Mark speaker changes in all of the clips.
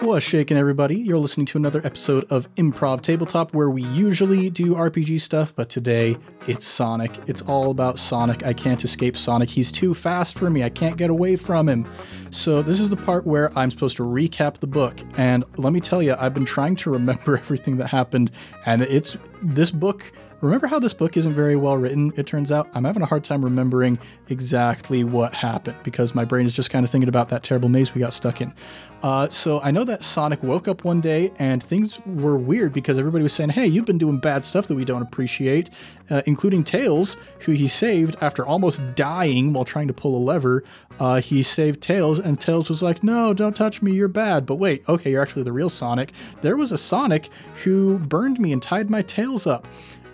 Speaker 1: What's shaking, everybody? You're listening to another episode of Improv Tabletop, where we usually do RPG stuff, but today it's Sonic. It's all about Sonic. I can't escape Sonic. He's too fast for me. I can't get away from him. So, this is the part where I'm supposed to recap the book. And let me tell you, I've been trying to remember everything that happened, and it's this book. Remember how this book isn't very well written? It turns out I'm having a hard time remembering exactly what happened because my brain is just kind of thinking about that terrible maze we got stuck in. Uh, so I know that Sonic woke up one day and things were weird because everybody was saying, hey, you've been doing bad stuff that we don't appreciate, uh, including Tails, who he saved after almost dying while trying to pull a lever. Uh, he saved Tails, and Tails was like, no, don't touch me, you're bad. But wait, okay, you're actually the real Sonic. There was a Sonic who burned me and tied my tails up.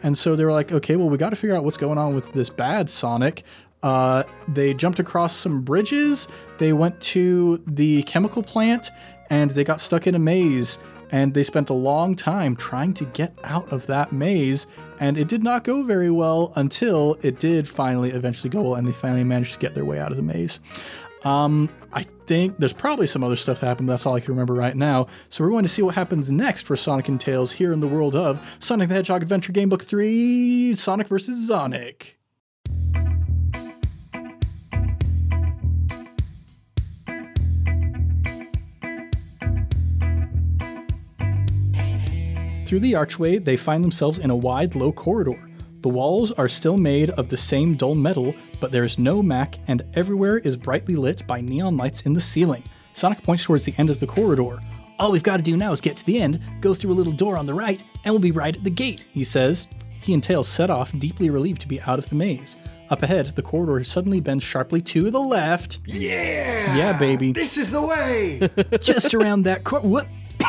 Speaker 1: And so they were like, okay, well, we got to figure out what's going on with this bad Sonic. Uh, they jumped across some bridges. They went to the chemical plant and they got stuck in a maze. And they spent a long time trying to get out of that maze. And it did not go very well until it did finally eventually go well and they finally managed to get their way out of the maze. Um, I think there's probably some other stuff that happened. That's all I can remember right now. So we're going to see what happens next for Sonic and Tails here in the world of Sonic the Hedgehog Adventure Game Book 3 Sonic vs. Sonic. Through the archway, they find themselves in a wide, low corridor. The walls are still made of the same dull metal, but there is no Mac, and everywhere is brightly lit by neon lights in the ceiling. Sonic points towards the end of the corridor. All we've got to do now is get to the end, go through a little door on the right, and we'll be right at the gate, he says. He and Tails set off, deeply relieved to be out of the maze. Up ahead, the corridor suddenly bends sharply to the left.
Speaker 2: Yeah!
Speaker 1: Yeah, baby.
Speaker 2: This is the way!
Speaker 1: just around that cor- whoop.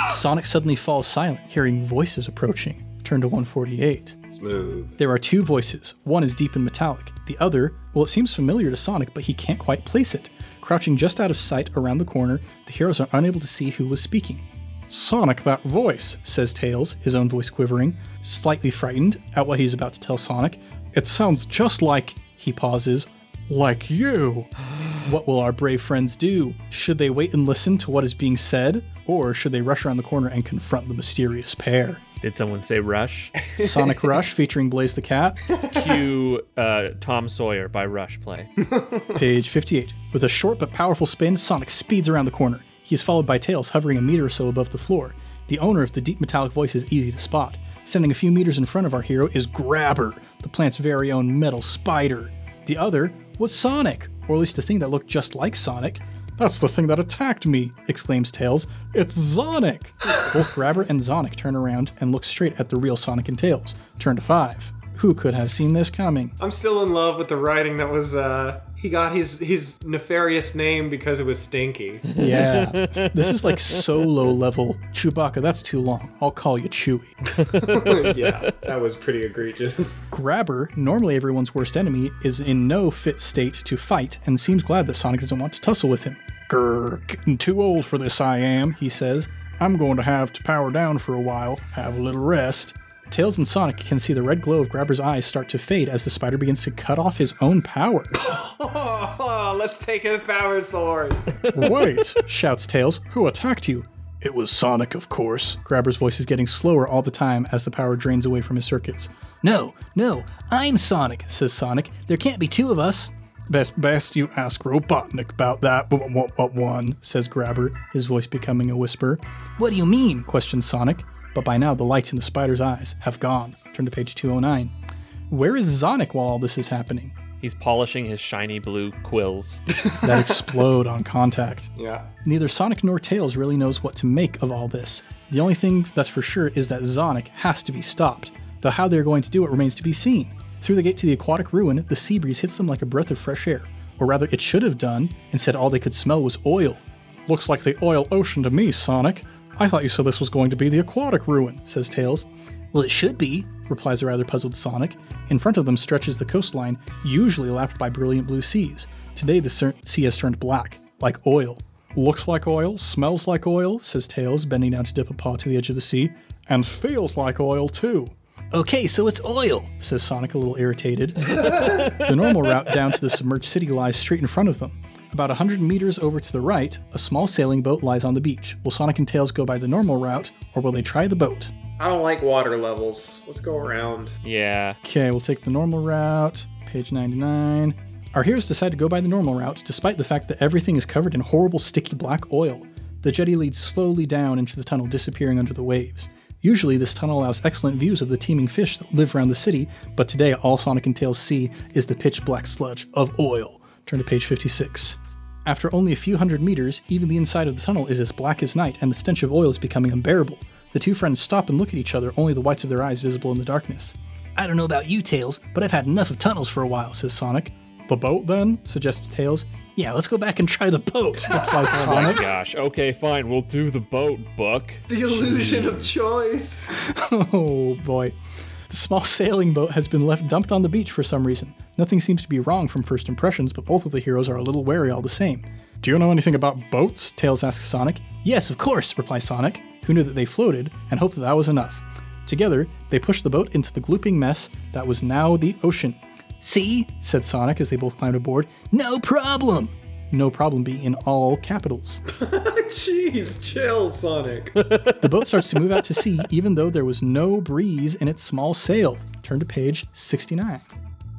Speaker 1: Sonic suddenly falls silent, hearing voices approaching. Turn to 148.
Speaker 2: Smooth.
Speaker 1: There are two voices. One is deep and metallic. The other, well, it seems familiar to Sonic, but he can't quite place it. Crouching just out of sight around the corner, the heroes are unable to see who was speaking. Sonic, that voice, says Tails, his own voice quivering, slightly frightened at what he's about to tell Sonic. It sounds just like, he pauses, like you. What will our brave friends do? Should they wait and listen to what is being said, or should they rush around the corner and confront the mysterious pair?
Speaker 3: Did someone say Rush?
Speaker 1: Sonic Rush featuring Blaze the Cat,
Speaker 3: Cue uh, Tom Sawyer by Rush play.
Speaker 1: Page 58. With a short but powerful spin, Sonic speeds around the corner. He is followed by Tails, hovering a meter or so above the floor. The owner of the deep metallic voice is easy to spot. Standing a few meters in front of our hero is Grabber, the plant's very own metal spider. The other was Sonic, or at least a thing that looked just like Sonic. That's the thing that attacked me, exclaims Tails. It's Sonic! Both Grabber and Sonic turn around and look straight at the real Sonic and Tails. Turn to 5. Who could have seen this coming?
Speaker 4: I'm still in love with the writing that was uh he got his his nefarious name because it was stinky.
Speaker 1: Yeah. This is like so low level. Chewbacca, that's too long. I'll call you Chewy.
Speaker 4: yeah, that was pretty egregious.
Speaker 1: Grabber, normally everyone's worst enemy, is in no fit state to fight and seems glad that Sonic doesn't want to tussle with him. Grr, getting too old for this I am, he says. I'm going to have to power down for a while, have a little rest. Tails and Sonic can see the red glow of Grabber's eyes start to fade as the spider begins to cut off his own power.
Speaker 4: Oh, let's take his power source.
Speaker 1: Wait! shouts Tails. Who attacked you? It was Sonic, of course. Grabber's voice is getting slower all the time as the power drains away from his circuits. No, no, I'm Sonic, says Sonic. There can't be two of us. Best, best you ask Robotnik about that. What, what, what one? says Grabber, his voice becoming a whisper. What do you mean? questions Sonic. But by now, the lights in the spider's eyes have gone. Turn to page 209. Where is Sonic while all this is happening?
Speaker 3: He's polishing his shiny blue quills.
Speaker 1: That explode on contact.
Speaker 4: Yeah.
Speaker 1: Neither Sonic nor Tails really knows what to make of all this. The only thing that's for sure is that Sonic has to be stopped, though how they're going to do it remains to be seen. Through the gate to the aquatic ruin, the sea breeze hits them like a breath of fresh air, or rather, it should have done. Instead, all they could smell was oil. Looks like the oil ocean to me, Sonic. I thought you said this was going to be the aquatic ruin, says Tails. Well, it should be, replies a rather puzzled Sonic. In front of them stretches the coastline, usually lapped by brilliant blue seas. Today, the cer- sea has turned black, like oil. Looks like oil, smells like oil, says Tails, bending down to dip a paw to the edge of the sea, and feels like oil too. Okay, so it's oil, says Sonic, a little irritated. the normal route down to the submerged city lies straight in front of them. About 100 meters over to the right, a small sailing boat lies on the beach. Will Sonic and Tails go by the normal route, or will they try the boat?
Speaker 4: I don't like water levels. Let's go around.
Speaker 3: Yeah.
Speaker 1: Okay, we'll take the normal route. Page 99. Our heroes decide to go by the normal route, despite the fact that everything is covered in horrible sticky black oil. The jetty leads slowly down into the tunnel, disappearing under the waves. Usually, this tunnel allows excellent views of the teeming fish that live around the city, but today all Sonic and Tails see is the pitch black sludge of oil. Turn to page 56. After only a few hundred meters, even the inside of the tunnel is as black as night, and the stench of oil is becoming unbearable. The two friends stop and look at each other, only the whites of their eyes visible in the darkness. I don't know about you, Tails, but I've had enough of tunnels for a while, says Sonic. The boat, then? suggests Tails. Yeah, let's go back and try the boat, replies Sonic.
Speaker 3: Gosh. Okay, fine. We'll do the boat, Buck.
Speaker 4: The illusion of choice.
Speaker 1: Oh boy. The small sailing boat has been left dumped on the beach for some reason. Nothing seems to be wrong from first impressions, but both of the heroes are a little wary all the same. Do you know anything about boats? Tails asks Sonic. Yes, of course, replies Sonic, who knew that they floated and hoped that that was enough. Together, they pushed the boat into the glooping mess that was now the ocean. See? said Sonic as they both climbed aboard. No problem! No problem being in all capitals.
Speaker 4: Jeez, chill, Sonic.
Speaker 1: The boat starts to move out to sea, even though there was no breeze in its small sail. Turn to page 69.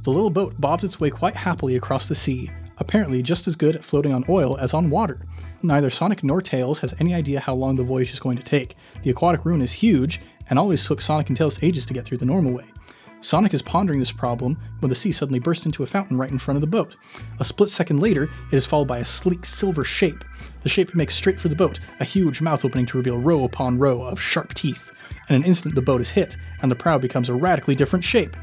Speaker 1: The little boat bobs its way quite happily across the sea, apparently just as good at floating on oil as on water. Neither Sonic nor Tails has any idea how long the voyage is going to take. The aquatic ruin is huge, and always took Sonic and Tails ages to get through the normal way. Sonic is pondering this problem when the sea suddenly bursts into a fountain right in front of the boat. A split second later, it is followed by a sleek silver shape. The shape makes straight for the boat, a huge mouth opening to reveal row upon row of sharp teeth. In an instant, the boat is hit, and the prow becomes a radically different shape.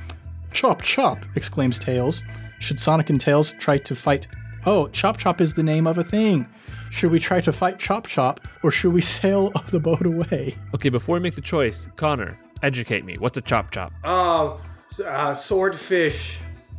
Speaker 1: Chop Chop! exclaims Tails. Should Sonic and Tails try to fight? Oh, Chop Chop is the name of a thing. Should we try to fight Chop Chop, or should we sail the boat away?
Speaker 3: Okay, before we make the choice, Connor, educate me. What's a chop chop?
Speaker 4: Oh, s- uh, swordfish.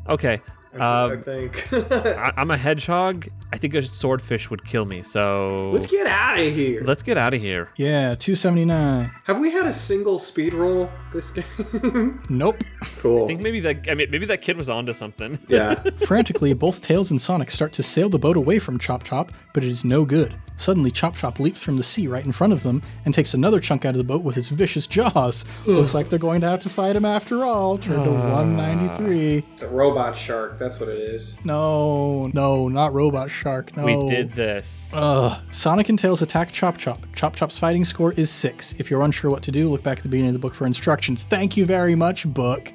Speaker 3: Okay.
Speaker 4: I
Speaker 3: Um,
Speaker 4: think.
Speaker 3: I- I'm a hedgehog. I think a swordfish would kill me, so
Speaker 4: Let's get out of here.
Speaker 3: let's get out of here.
Speaker 1: Yeah, 279.
Speaker 4: Have we had a single speed roll this game?
Speaker 1: Nope.
Speaker 3: I think
Speaker 4: cool.
Speaker 3: maybe that I mean, maybe that kid was onto something.
Speaker 4: Yeah.
Speaker 1: Frantically, both Tails and Sonic start to sail the boat away from Chop Chop, but it is no good. Suddenly, Chop Chop leaps from the sea right in front of them and takes another chunk out of the boat with its vicious jaws. Looks like they're going to have to fight him after all. Turn to
Speaker 3: Uh.
Speaker 1: 193.
Speaker 4: It's a robot shark. That's what it is.
Speaker 1: No, no, not Robot Shark. No.
Speaker 3: We did this.
Speaker 1: Ugh. Sonic and Tails attack Chop Chop. Chop Chop's fighting score is six. If you're unsure what to do, look back at the beginning of the book for instructions. Thank you very much, book.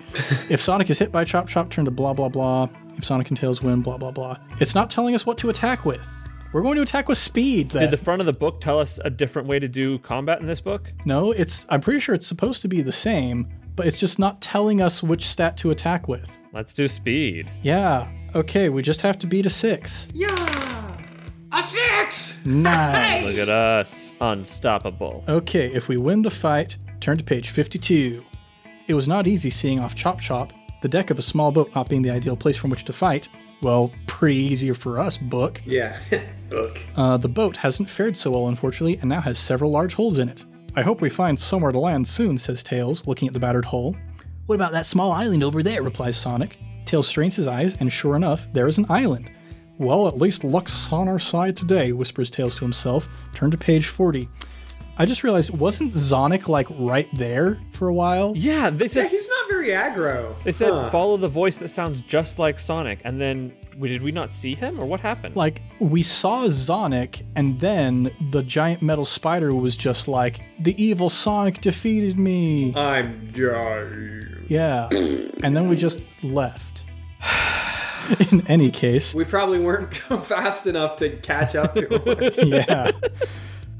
Speaker 1: if Sonic is hit by Chop Chop, turn to blah blah blah. If Sonic and Tails win, blah blah blah. It's not telling us what to attack with. We're going to attack with speed. Then.
Speaker 3: Did the front of the book tell us a different way to do combat in this book?
Speaker 1: no, it's. I'm pretty sure it's supposed to be the same, but it's just not telling us which stat to attack with.
Speaker 3: Let's do speed.
Speaker 1: Yeah. Okay, we just have to beat a six.
Speaker 4: Yeah. A six.
Speaker 1: Nice.
Speaker 3: Look at us, unstoppable.
Speaker 1: Okay, if we win the fight, turn to page 52. It was not easy seeing off Chop Chop, the deck of a small boat not being the ideal place from which to fight. Well, pretty easier for us, Book.
Speaker 4: Yeah. Book.
Speaker 1: Uh, the boat hasn't fared so well, unfortunately, and now has several large holes in it. I hope we find somewhere to land soon, says Tails, looking at the battered hull. What about that small island over there? replies Sonic. Tails strains his eyes, and sure enough, there is an island. Well, at least luck's on our side today, whispers Tails to himself. Turn to page 40. I just realized, wasn't Sonic like right there for a while?
Speaker 3: Yeah, they said
Speaker 4: Yeah, he's not very aggro.
Speaker 3: they said
Speaker 4: Huh.
Speaker 3: follow the voice that sounds just like Sonic, and then we, did we not see him or what happened?
Speaker 1: Like, we saw Sonic, and then the giant metal spider was just like, the evil Sonic defeated me.
Speaker 4: I'm dying.
Speaker 1: Yeah. and then we just left. In any case,
Speaker 4: We probably weren't fast enough to catch up to him.
Speaker 1: yeah.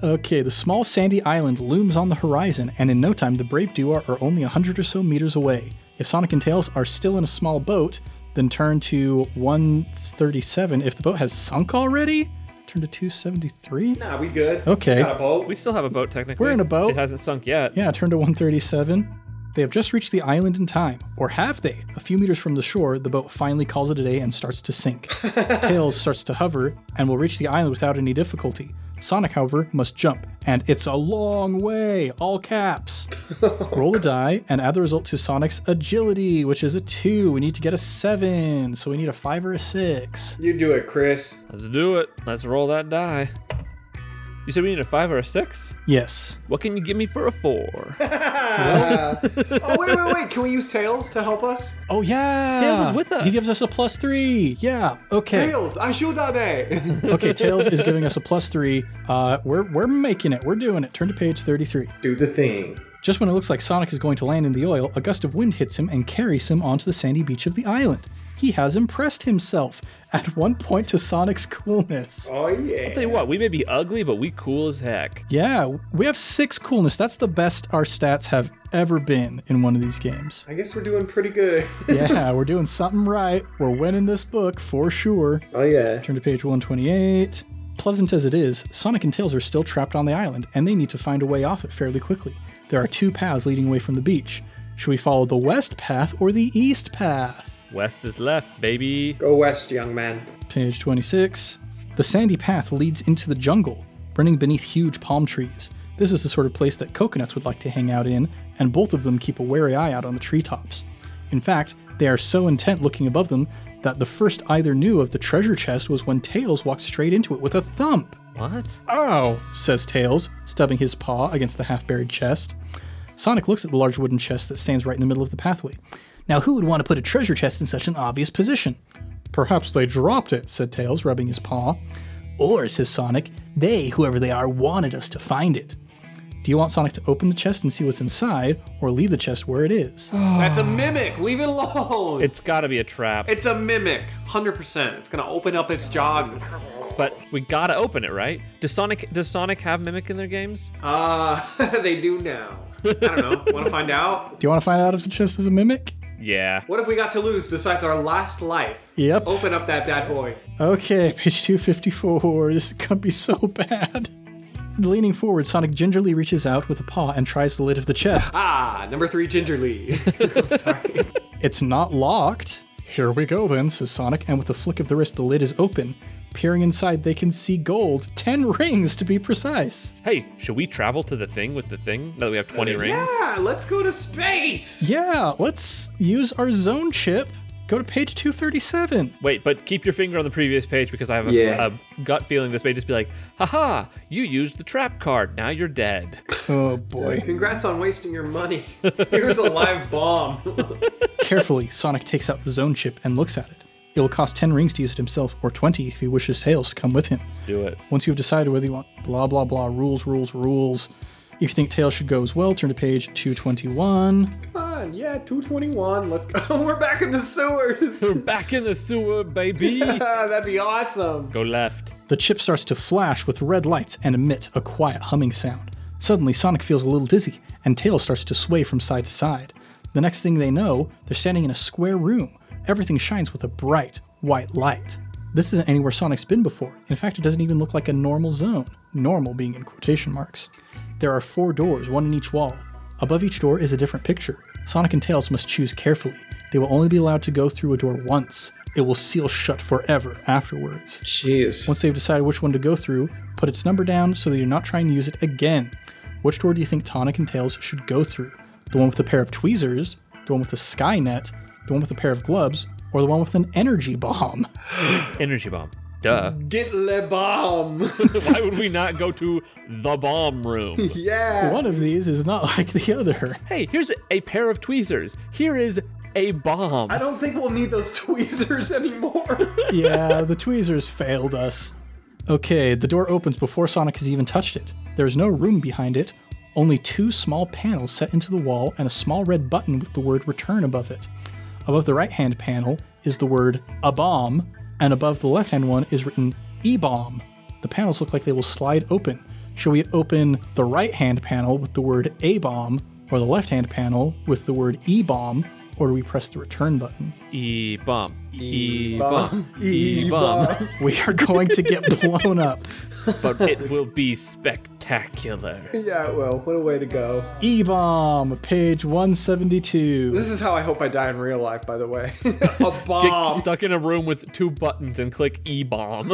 Speaker 1: Okay, the small sandy island looms on the horizon, and in no time, the brave duo are only 100 or so meters away. If Sonic and Tails are still in a small boat, then turn to 137. If the boat has sunk already, turn to 273.
Speaker 4: nah, we good.
Speaker 1: Okay.
Speaker 4: Got a boat.
Speaker 3: we still have a boat technically.
Speaker 1: We're in a boat.
Speaker 3: It hasn't sunk yet.
Speaker 1: Yeah, turn to 137. They have just reached the island in time, or have they? A few meters from the shore, the boat finally calls it a day and starts to sink. Tails starts to hover and will reach the island without any difficulty. Sonic, however, must jump, and it's a long way, all caps. Roll a die and add the result to Sonic's agility, which is a two. We need to get a seven, so we need a five or a six.
Speaker 2: You do it, Chris.
Speaker 3: Let's do it. Let's roll that die. You said we need a five or a six?
Speaker 1: Yes.
Speaker 3: What can you give me for a four?
Speaker 4: Oh wait, wait, wait! Can we use tails to help us?
Speaker 1: Oh yeah.
Speaker 3: Tails is with us.
Speaker 1: He gives us a plus three. Yeah. Okay.
Speaker 4: Tails, ayúdame.
Speaker 1: Okay. Tails is giving us a plus three. Uh, we're we're making it. We're doing it. Turn to page thirty-three.
Speaker 2: Do the thing.
Speaker 1: Just when it looks like Sonic is going to land in the oil, a gust of wind hits him and carries him onto the sandy beach of the island. He has impressed himself at one point to Sonic's coolness.
Speaker 2: Oh yeah.
Speaker 3: Tell you what, we may be ugly, but we cool as heck.
Speaker 1: Yeah, we have six coolness. That's the best our stats have ever been in one of these games.
Speaker 4: I guess we're doing pretty good.
Speaker 1: Yeah, we're doing something right. We're winning this book for sure.
Speaker 2: Oh yeah.
Speaker 1: Turn to page 128. Pleasant as it is, Sonic and Tails are still trapped on the island, and they need to find a way off it fairly quickly. There are two paths leading away from the beach. Should we follow the west path or the east path?
Speaker 3: West is left, baby.
Speaker 2: Go west, young man.
Speaker 1: Page 26. The sandy path leads into the jungle, running beneath huge palm trees. This is the sort of place that coconuts would like to hang out in, and both of them keep a wary eye out on the treetops. In fact, they are so intent looking above them that the first either knew of the treasure chest was when Tails walked straight into it with a thump.
Speaker 3: What?
Speaker 1: Oh, says Tails, stubbing his paw against the half buried chest. Sonic looks at the large wooden chest that stands right in the middle of the pathway. Now, who would want to put a treasure chest in such an obvious position? Perhaps they dropped it, said Tails, rubbing his paw. Or, says Sonic, they, whoever they are, wanted us to find it. Do you want Sonic to open the chest and see what's inside, or leave the chest where it is?
Speaker 4: That's a mimic. Leave it alone.
Speaker 3: It's gotta be a trap.
Speaker 4: It's a mimic, hundred percent. It's gonna open up its jaw. and-
Speaker 3: But we gotta open it, right? Does Sonic does Sonic have Mimic in their games?
Speaker 4: Uh, they do now. I don't know. Want to find out?
Speaker 1: Do you want to find out if the chest is a mimic?
Speaker 3: Yeah.
Speaker 4: What have we got to lose besides our last life?
Speaker 1: Yep.
Speaker 4: Open up that bad boy.
Speaker 1: Okay, page 254. This is gonna be so bad. Leaning forward, Sonic gingerly reaches out with a paw and tries the lid of the chest.
Speaker 4: Ah, number three, gingerly. I'm sorry.
Speaker 1: It's not locked. Here we go then, says Sonic, and with a flick of the wrist, the lid is open. Peering inside, they can see gold, 10 rings to be precise.
Speaker 3: Hey, should we travel to the thing with the thing now that we have 20
Speaker 1: Uh,
Speaker 3: rings?
Speaker 4: Yeah, let's go to space.
Speaker 1: Yeah, let's use our zone chip. Go to page 237.
Speaker 3: Wait, but keep your finger on the previous page because I have a,
Speaker 2: Yeah.
Speaker 3: a gut feeling this may just be like, haha, you used the trap card, now you're dead.
Speaker 1: Oh boy.
Speaker 4: Congrats on wasting your money. Here's a live bomb.
Speaker 1: Carefully, Sonic takes out the zone chip and looks at it. It will cost 10 rings to use it himself, or 20 if he wishes Tails to come with him.
Speaker 3: Let's do it.
Speaker 1: Once you've decided whether you want blah blah blah rules, rules, rules. If you think Tails should go as well, turn to page 221.
Speaker 4: Come on, yeah, 221. Let's go. We're back in the sewers.
Speaker 3: We're back in the sewer, baby.
Speaker 4: Ah, that'd be awesome.
Speaker 3: Go left.
Speaker 1: The chip starts to flash with red lights and emit a quiet humming sound. Suddenly, Sonic feels a little dizzy, and Tails starts to sway from side to side. The next thing they know, they're standing in a square room. Everything shines with a bright, white light. This isn't anywhere Sonic's been before. In fact, it doesn't even look like a normal zone, normal being in quotation marks. There are four doors, one in each wall. Above each door is a different picture. Sonic and Tails must choose carefully. They will only be allowed to go through a door once. It will seal shut forever afterwards.
Speaker 2: Jeez.
Speaker 1: Once they've decided which one to go through, put its number down so that you're not trying to use it again. Which door do you think Tonic and Tails should go through? The one with a pair of tweezers, the one with a sky net, the one with a pair of gloves, or the one with an energy bomb?
Speaker 3: Energy bomb. Duh.
Speaker 4: Get le bomb.
Speaker 3: Why would we not go to the bomb room?
Speaker 4: yeah.
Speaker 1: One of these is not like the other.
Speaker 3: hey, here's a pair of tweezers. Here is a bomb.
Speaker 4: I don't think we'll need those tweezers anymore.
Speaker 1: yeah, the tweezers failed us. Okay, the door opens before Sonic has even touched it. There is no room behind it, only two small panels set into the wall and a small red button with the word return above it. Above the right hand panel is the word a bomb, and above the left hand one is written e bomb. The panels look like they will slide open. Shall we open the right hand panel with the word a bomb, or the left hand panel with the word e bomb, or do we press the return button?
Speaker 3: E bomb. E
Speaker 4: E-bomb.
Speaker 3: bomb. E bomb.
Speaker 1: We are going to get blown up.
Speaker 3: But it will be spectacular.
Speaker 4: Yeah, well, what a way to go.
Speaker 1: E bomb, page 172.
Speaker 4: This is how I hope I die in real life, by the way. a bomb.
Speaker 3: Get stuck in a room with two buttons and click E bomb.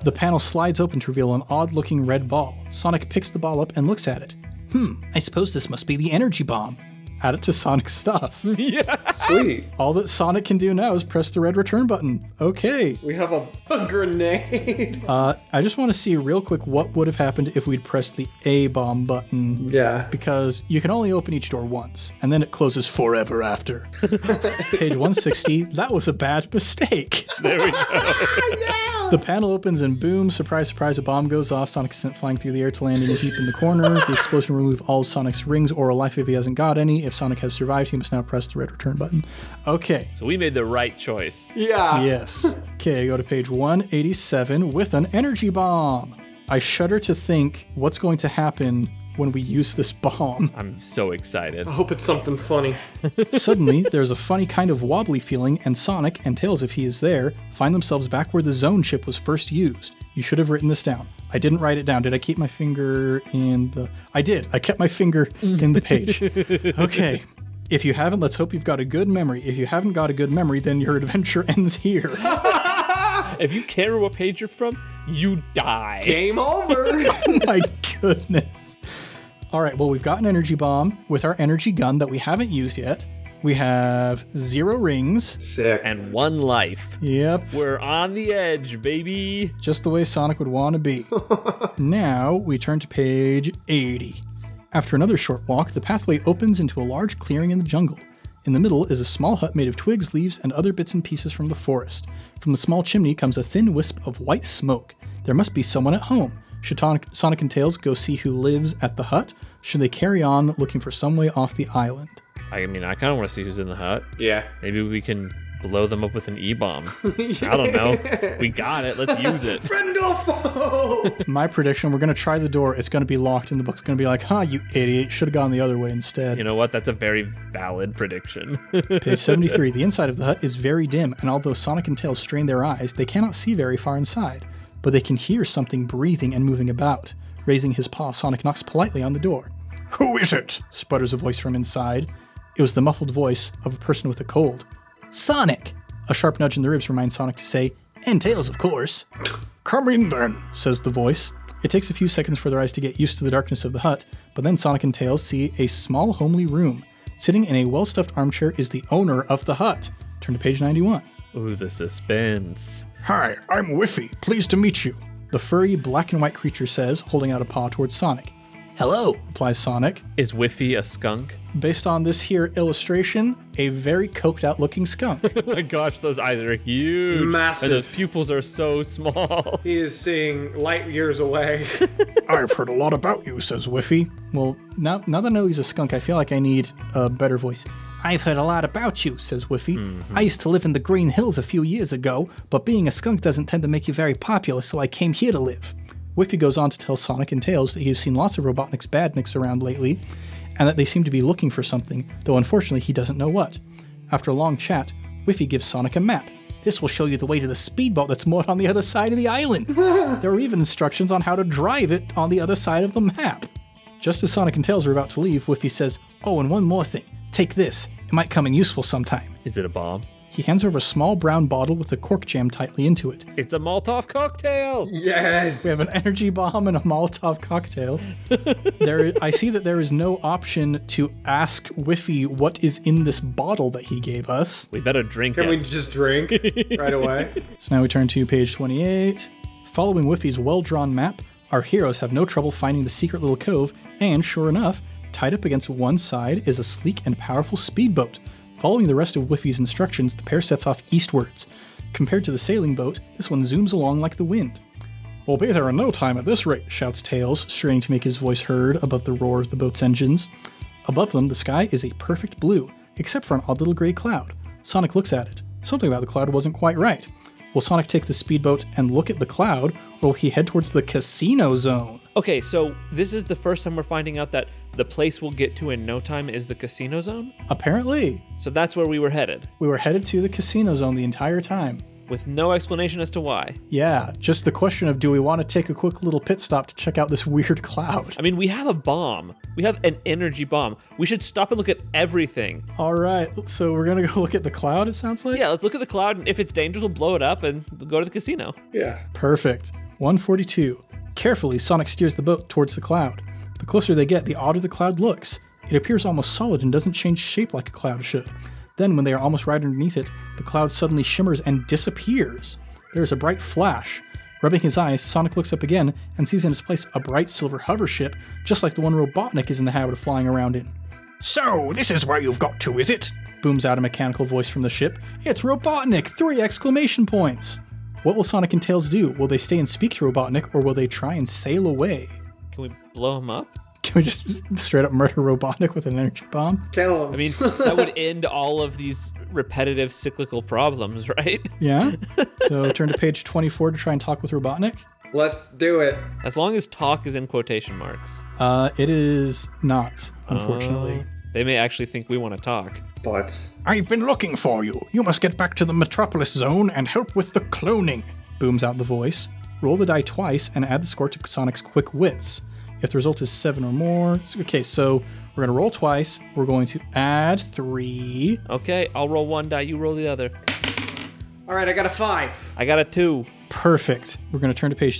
Speaker 1: The panel slides open to reveal an odd looking red ball. Sonic picks the ball up and looks at it. Hmm, I suppose this must be the energy bomb. Add it to Sonic's stuff.
Speaker 4: Sweet.
Speaker 1: All that Sonic can do now is press the red return button. Okay.
Speaker 4: We have a, a grenade.
Speaker 1: Uh, I just want to see real quick what would have happened if we'd pressed the A bomb button.
Speaker 4: yeah.
Speaker 1: Because you can only open each door once, and then it closes forever after. Page 160, that was a bad mistake.
Speaker 3: there we go.
Speaker 1: The panel opens and boom, surprise, surprise, a bomb goes off. Sonic is sent flying through the air to landing deep in the corner. The explosion will remove all of Sonic's rings or a life if he hasn't got any. If Sonic has survived, he must now press the red return button. Okay,
Speaker 3: So we made the right choice.
Speaker 4: Yeah.
Speaker 1: yes. Okay, I go to page 187 with an energy bomb. I shudder to think what's going to happen when we use this bomb.
Speaker 3: I'm so excited.
Speaker 4: I hope it's something funny.
Speaker 1: Suddenly, there's a funny kind of wobbly feeling, and Sonic, and Tails if he is there, find themselves back where the zone chip was first used. You should have written this down. I didn't write it down. Did I keep my finger in the. I did. I kept my finger in the page. Okay. If you haven't, let's hope you've got a good memory. If you haven't got a good memory, then your adventure ends here. Oh
Speaker 3: If you care what page you're from, you die.
Speaker 4: Game over.
Speaker 1: my goodness. All right, well, we've got an energy bomb with our energy gun that we haven't used yet. We have zero rings.
Speaker 4: Sick.
Speaker 3: And one life.
Speaker 1: Yep.
Speaker 3: We're on the edge, baby.
Speaker 1: just the way Sonic would want to be. now we turn to page 80. After another short walk, the pathway opens into a large clearing in the jungle. In the middle is a small hut made of twigs, leaves, and other bits and pieces from the forest. From the small chimney comes a thin wisp of white smoke. There must be someone at home. Should Tonic- Sonic and Tails go see who lives at the hut? Should they carry on looking for some way off the island?
Speaker 3: I mean, I kind of want to see who's in the hut.
Speaker 4: Yeah.
Speaker 3: Maybe we can blow them up with an E bomb. I don't know. We got it. Let's use it.
Speaker 4: Friendolfo!
Speaker 1: My prediction we're going to try the door. It's going to be locked, and the book's going to be like, huh, you idiot. Should have gone the other way instead.
Speaker 3: You know what? That's a very valid prediction.
Speaker 1: Page 73. The inside of the hut is very dim, and although Sonic and Tails strain their eyes, they cannot see very far inside. But they can hear something breathing and moving about. Raising his paw, Sonic knocks politely on the door. Who is it? sputters a voice from inside. It was the muffled voice of a person with a cold. Sonic! A sharp nudge in the ribs reminds Sonic to say, and Tails, of course. Come in then, says the voice. It takes a few seconds for their eyes to get used to the darkness of the hut, but then Sonic and Tails see a small, homely room. Sitting in a well stuffed armchair is the owner of the hut. Turn to page 91.
Speaker 3: Ooh, the suspense.
Speaker 1: Hi, I'm Whiffy. Pleased to meet you. The furry, black and white creature says, holding out a paw towards Sonic. Hello, replies Sonic.
Speaker 3: Is Whiffy a skunk?
Speaker 1: Based on this here illustration, a very coked out looking skunk.
Speaker 3: Oh my gosh, those eyes are huge.
Speaker 4: Massive.
Speaker 3: And those pupils are so small.
Speaker 4: he is seeing light years away.
Speaker 1: I've heard a lot about you, says Whiffy. Well, now, now that I know he's a skunk, I feel like I need a better voice. I've heard a lot about you, says Whiffy. I used to live in the Green Hills a few years ago, but being a skunk doesn't tend to make you very popular, so I came here to live. Whiffy goes on to tell Sonic and Tails that he has seen lots of Robotnik's badniks around lately, and that they seem to be looking for something, though unfortunately he doesn't know what. After a long chat, Whiffy gives Sonic a map. This will show you the way to the speedboat that's moored on the other side of the island. There are even instructions on how to drive it on the other side of the map. Just as Sonic and Tails are about to leave, Whiffy says, Oh, and one more thing. Take this. It might come in useful sometime.
Speaker 3: Is it a bomb?
Speaker 1: He hands over a small brown bottle with a cork jammed tightly into it.
Speaker 3: It's a Molotov cocktail.
Speaker 4: yes.
Speaker 1: We have an energy bomb and a Molotov cocktail. there, I see that there is no option to ask Whiffy what is in this bottle that he gave us.
Speaker 3: We better drink
Speaker 4: Can
Speaker 3: it.
Speaker 4: we just drink right away?
Speaker 1: So now we turn to page 28. Following Whiffy's well drawn map, our heroes have no trouble finding the secret little cove, and sure enough, tied up against one side is a sleek and powerful speedboat. Following the rest of Whiffy's instructions, the pair sets off eastwards. Compared to the sailing boat, this one zooms along like the wind. We'll be there in no time at this rate, shouts Tails, straining to make his voice heard above the roar of the boat's engines. Above them, the sky is a perfect blue, except for an odd little gray cloud. Sonic looks at it. Something about the cloud wasn't quite right. Will Sonic take the speedboat and look at the cloud, or will he head towards the casino zone?
Speaker 3: Okay, so this is the first time we're finding out that the place we'll get to in no time is the casino zone.
Speaker 1: Apparently,
Speaker 3: So that's where we were headed,
Speaker 1: we were headed to the casino zone the entire time.
Speaker 3: with no explanation as to why.
Speaker 1: Yeah, just the question of do we want to take a quick little pit stop to check out this weird cloud?
Speaker 3: I mean, we have a bomb. We have an energy bomb. We should stop and look at everything.
Speaker 1: All right, so we're gonna go look at the cloud. It sounds like.
Speaker 3: Yeah, let's look at the cloud, and if it's dangerous, we'll blow it up and we'll go to the casino.
Speaker 2: Yeah.
Speaker 1: Perfect. 142. Carefully, Sonic steers the boat towards the cloud. The closer they get, the odder the cloud looks. It appears almost solid and doesn't change shape like a cloud should. Then, when they are almost right underneath it, the cloud suddenly shimmers and disappears. There is a bright flash. Rubbing his eyes, Sonic looks up again and sees in its place a bright silver hover ship, just like the one Robotnik is in the habit of flying around in. So, this is where you've got to, is it? booms out a mechanical voice from the ship. It's Robotnik! Three exclamation points! What will Sonic and Tails do? Will they stay and speak to Robotnik, or will they try and sail away?
Speaker 3: Can we blow him up?
Speaker 1: Can we just straight up murder Robotnik with an energy bomb?
Speaker 4: Kill him.
Speaker 3: I mean, that would end all of these repetitive cyclical problems, right?
Speaker 1: Yeah. So turn to page 24 to try and talk with Robotnik.
Speaker 2: Let's do it.
Speaker 3: As long as talk is in quotation marks.
Speaker 1: Uh, it is not, unfortunately.
Speaker 3: They may actually think we want to talk.
Speaker 2: But
Speaker 1: Uh. I've been looking for you. You must get back to the Metropolis Zone and help with the cloning, booms out the voice. Roll the die twice and add the score to Sonic's quick wits. If the result is seven or more. Okay, so we're going to roll twice. We're going to add three.
Speaker 3: Okay, I'll roll one die, you roll the other.
Speaker 4: All right, I got a five.
Speaker 3: I got a two.
Speaker 1: Perfect. We're going to turn to page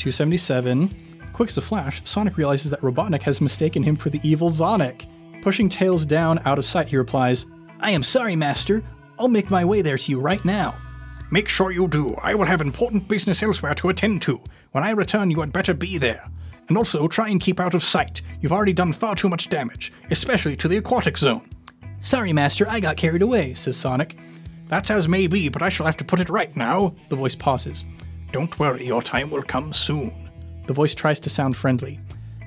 Speaker 1: 277. Quick as a flash, Sonic realizes that Robotnik has mistaken him for the evil Sonic. Pushing Tails down out of sight, he replies, I am sorry, Master. I'll make my way there to you right now. Make sure you do. I will have important business elsewhere to attend to. When I return, you had better be there. And also, try and keep out of sight. You've already done far too much damage, especially to the aquatic zone. Sorry, Master, I got carried away, says Sonic. That's as may be, but I shall have to put it right now. The voice pauses. Don't worry, your time will come soon. The voice tries to sound friendly.